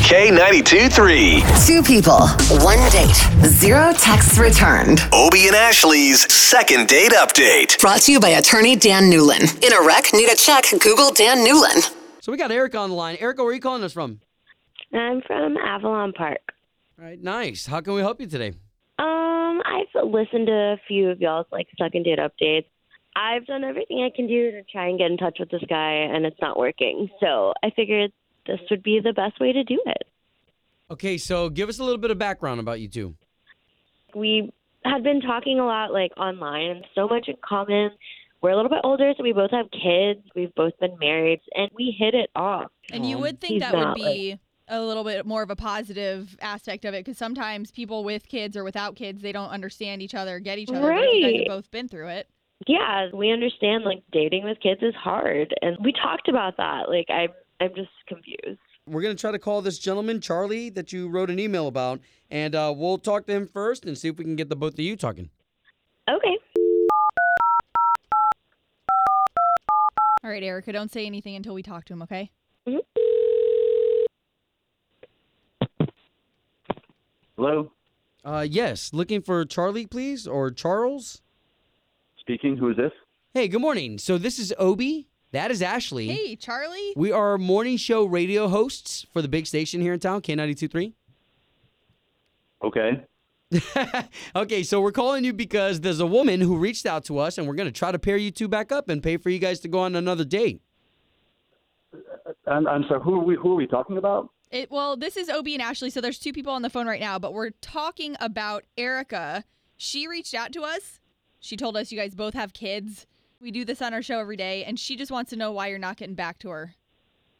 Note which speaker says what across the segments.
Speaker 1: K92 3.
Speaker 2: Two people, one date, zero texts returned.
Speaker 1: Obie and Ashley's second date update.
Speaker 2: Brought to you by attorney Dan Newlin. In a wreck, need a check, Google Dan Newlin.
Speaker 3: So we got Erica on the line. Erica, where are you calling us from?
Speaker 4: I'm from Avalon Park.
Speaker 3: All right, nice. How can we help you today?
Speaker 4: Um, I've listened to a few of y'all's like second date updates. I've done everything I can do to try and get in touch with this guy, and it's not working. So I figured this would be the best way to do it.
Speaker 3: Okay, so give us a little bit of background about you two.
Speaker 4: We had been talking a lot like online, and so much in common. We're a little bit older, so we both have kids. We've both been married, and we hit it off.
Speaker 5: And you
Speaker 3: Um,
Speaker 5: would
Speaker 4: he's
Speaker 5: think that would
Speaker 4: not, like-
Speaker 5: be a little bit more of a positive aspect of it because sometimes people with kids or without kids, they don't understand each other, get each other. but if You guys have
Speaker 4: Right.
Speaker 5: both been through it.
Speaker 4: yeah, we understand like dating with kids is hard, and we talked about that. Like I'm, I'm just confused.
Speaker 3: We're going to try to call this gentleman, Charlie, that you wrote an email about, and uh, we'll talk to him first and see if we can get the both of you talking.
Speaker 4: Okay.
Speaker 5: All right, Erica, don't say anything until we talk to him, okay?
Speaker 6: Hello,
Speaker 3: Uh, yes, looking for Charlie, please, or Charles.
Speaker 6: speaking. Who is this?
Speaker 3: Hey, good morning. So this is Obi. That is Ashley.
Speaker 5: Hey, Charlie.
Speaker 3: We are morning show radio hosts for the big station here in town, K92.3.
Speaker 6: Okay.
Speaker 3: okay, so we're calling you because there's a woman who reached out to us, and we're going to try to pair you two back up and pay for you guys to go on another date.
Speaker 6: I'm, I'm sorry. Who are we? Who are we talking about?
Speaker 5: It, well, this is Obie and Ashley, so there's two people on the phone right now, but we're talking about Erica. She reached out to us. She told us you guys both have kids. We do this on our show every day, and she just wants to know why you're not getting back to her.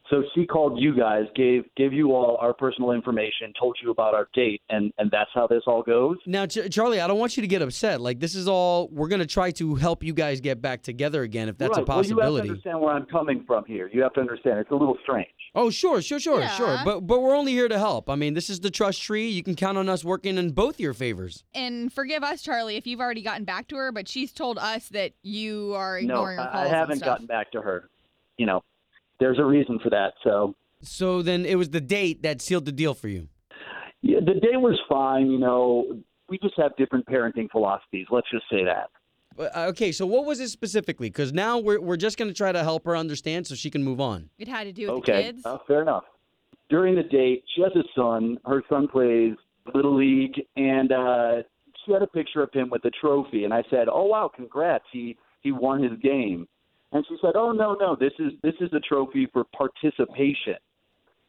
Speaker 6: So she called you guys, gave gave you all our personal information, told you about our date, and and that's how this all goes.
Speaker 3: Now, Ch- Charlie, I don't want you to get upset. Like this is all we're going to try to help you guys get back together again, if that's
Speaker 6: right.
Speaker 3: a possibility.
Speaker 6: Well, you have to understand where I'm coming from here. You have to understand. It's a little strange.
Speaker 3: Oh, sure, sure, sure, sure.
Speaker 5: Yeah.
Speaker 3: But but we're only here to help. I mean, this is the trust tree. You can count on us working in both your favors.
Speaker 5: And forgive us, Charlie, if you've already gotten back to her, but she's told us that you are
Speaker 6: no,
Speaker 5: ignoring her
Speaker 6: I, I
Speaker 5: calls. and
Speaker 6: haven't
Speaker 5: stuff.
Speaker 6: gotten back to her. You know, there's a reason for that. So
Speaker 3: So then it was the date that sealed the deal for you.
Speaker 6: yeah, the day was fine. You know, we just have different parenting philosophies. Let's just say that.
Speaker 3: But, uh, okay, so what was it specifically? Because now we're we're just going to try to help her understand so she can move on.
Speaker 5: It had to do with the
Speaker 6: Okay,
Speaker 5: kids.
Speaker 6: uh, fair enough. During the date, she has a son. Her son plays little league, and uh, she had a picture of him with a trophy. And I said, "Oh wow, congrats! He he won his game." And she said, "Oh no, no, this is this is a trophy for participation.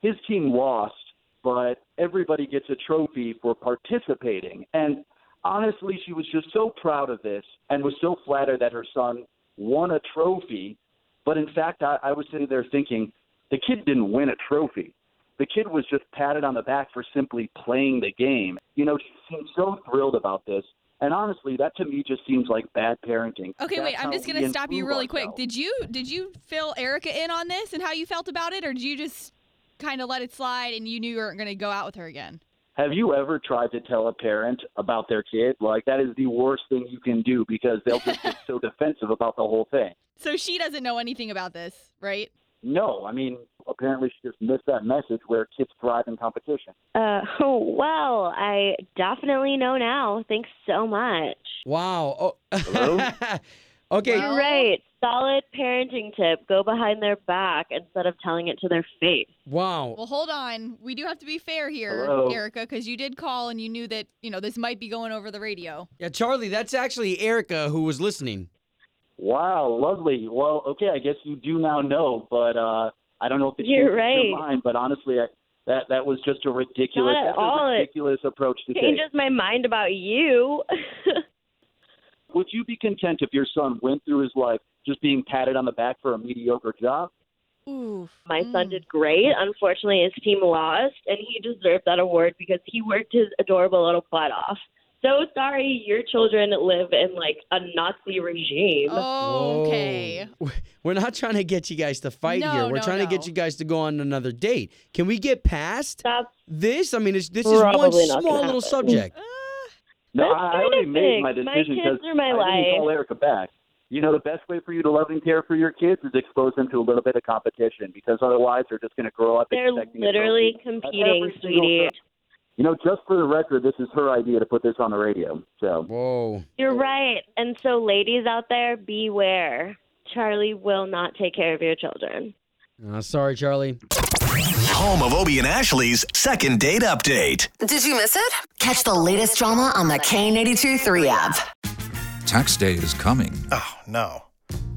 Speaker 6: His team lost, but everybody gets a trophy for participating." And honestly, she was just so proud of this and was so flattered that her son won a trophy. But in fact, I, I was sitting there thinking, the kid didn't win a trophy. The kid was just patted on the back for simply playing the game. You know, she seemed so thrilled about this. And honestly, that to me just seems like bad parenting.
Speaker 5: Okay,
Speaker 6: That's
Speaker 5: wait. I'm
Speaker 6: how
Speaker 5: just
Speaker 6: we
Speaker 5: gonna stop you
Speaker 6: improve
Speaker 5: really quick.
Speaker 6: ourselves.
Speaker 5: Did you did you fill Erica in on this and how you felt about it, or did you just kind of let it slide and you knew you weren't gonna go out with her again?
Speaker 6: Have you ever tried to tell a parent about their kid? Like, that is the worst thing you can do because they'll just get so defensive about the whole thing.
Speaker 5: So she doesn't know anything about this, right?
Speaker 6: No, I mean, apparently she just missed that message where kids thrive in competition.
Speaker 4: Uh, well, I definitely know now. Thanks so much.
Speaker 3: Wow. Oh.
Speaker 6: Hello?
Speaker 3: okay.
Speaker 5: Wow.
Speaker 4: You're right. Solid parenting tip. Go behind their back instead of telling it to their face.
Speaker 3: Wow.
Speaker 5: Well, hold on. We do have to be fair here,
Speaker 6: Hello?
Speaker 5: Erica, because you did call and you knew that you know this might be going over the radio.
Speaker 3: Yeah, Charlie, that's actually Erica who was listening.
Speaker 6: Wow, lovely. Well, okay, I guess you do now know, but uh, I don't know if it
Speaker 4: You're
Speaker 6: changes
Speaker 4: right.
Speaker 6: your mind. But honestly, I, that that was just a ridiculous,
Speaker 4: Not at
Speaker 6: that's a
Speaker 4: all. It
Speaker 6: ridiculous approach to take.
Speaker 4: Changes my mind about you.
Speaker 6: Would you be content if your son went through his life just being patted on the back for a mediocre job?
Speaker 5: Ooh.
Speaker 4: My son did great. Unfortunately, his team lost, and he deserved that award because he worked his adorable little butt off. So sorry, your children live in like a Nazi regime.
Speaker 5: Okay.
Speaker 3: Whoa. We're not trying to get you guys to fight
Speaker 5: No,
Speaker 3: here. We're
Speaker 5: no,
Speaker 3: trying to
Speaker 5: no.
Speaker 3: get you guys to go on another date. Can we get past
Speaker 4: That's
Speaker 3: this? I mean, it's, this
Speaker 4: Probably
Speaker 3: is
Speaker 4: not
Speaker 3: one
Speaker 4: gonna
Speaker 3: small little
Speaker 4: happen.
Speaker 3: subject.
Speaker 6: No,
Speaker 4: That's
Speaker 6: I I
Speaker 4: kinda
Speaker 6: already made
Speaker 4: big.
Speaker 6: my
Speaker 4: My
Speaker 6: decision
Speaker 4: kids
Speaker 6: because
Speaker 4: are my
Speaker 6: I didn't
Speaker 4: life.
Speaker 6: call Erica back. You know, the best way for you to love and care for your kids is expose them to a little bit of competition because otherwise they're just going to grow up
Speaker 4: they're
Speaker 6: expecting a
Speaker 4: literally
Speaker 6: trophy. At
Speaker 4: competing,
Speaker 6: every single
Speaker 4: sweetie.
Speaker 6: turn. You know, just for the record, this is her idea to put this on the radio. So
Speaker 3: Whoa.
Speaker 4: You're right. And so, ladies out there, beware. Charlie will not take care of your children.
Speaker 3: Uh, sorry, Charlie.
Speaker 1: Home of Obie and Ashley's second date update.
Speaker 2: Did you miss it? Catch the latest drama on the K82 3 app.
Speaker 7: Tax day is coming.
Speaker 8: Oh, no.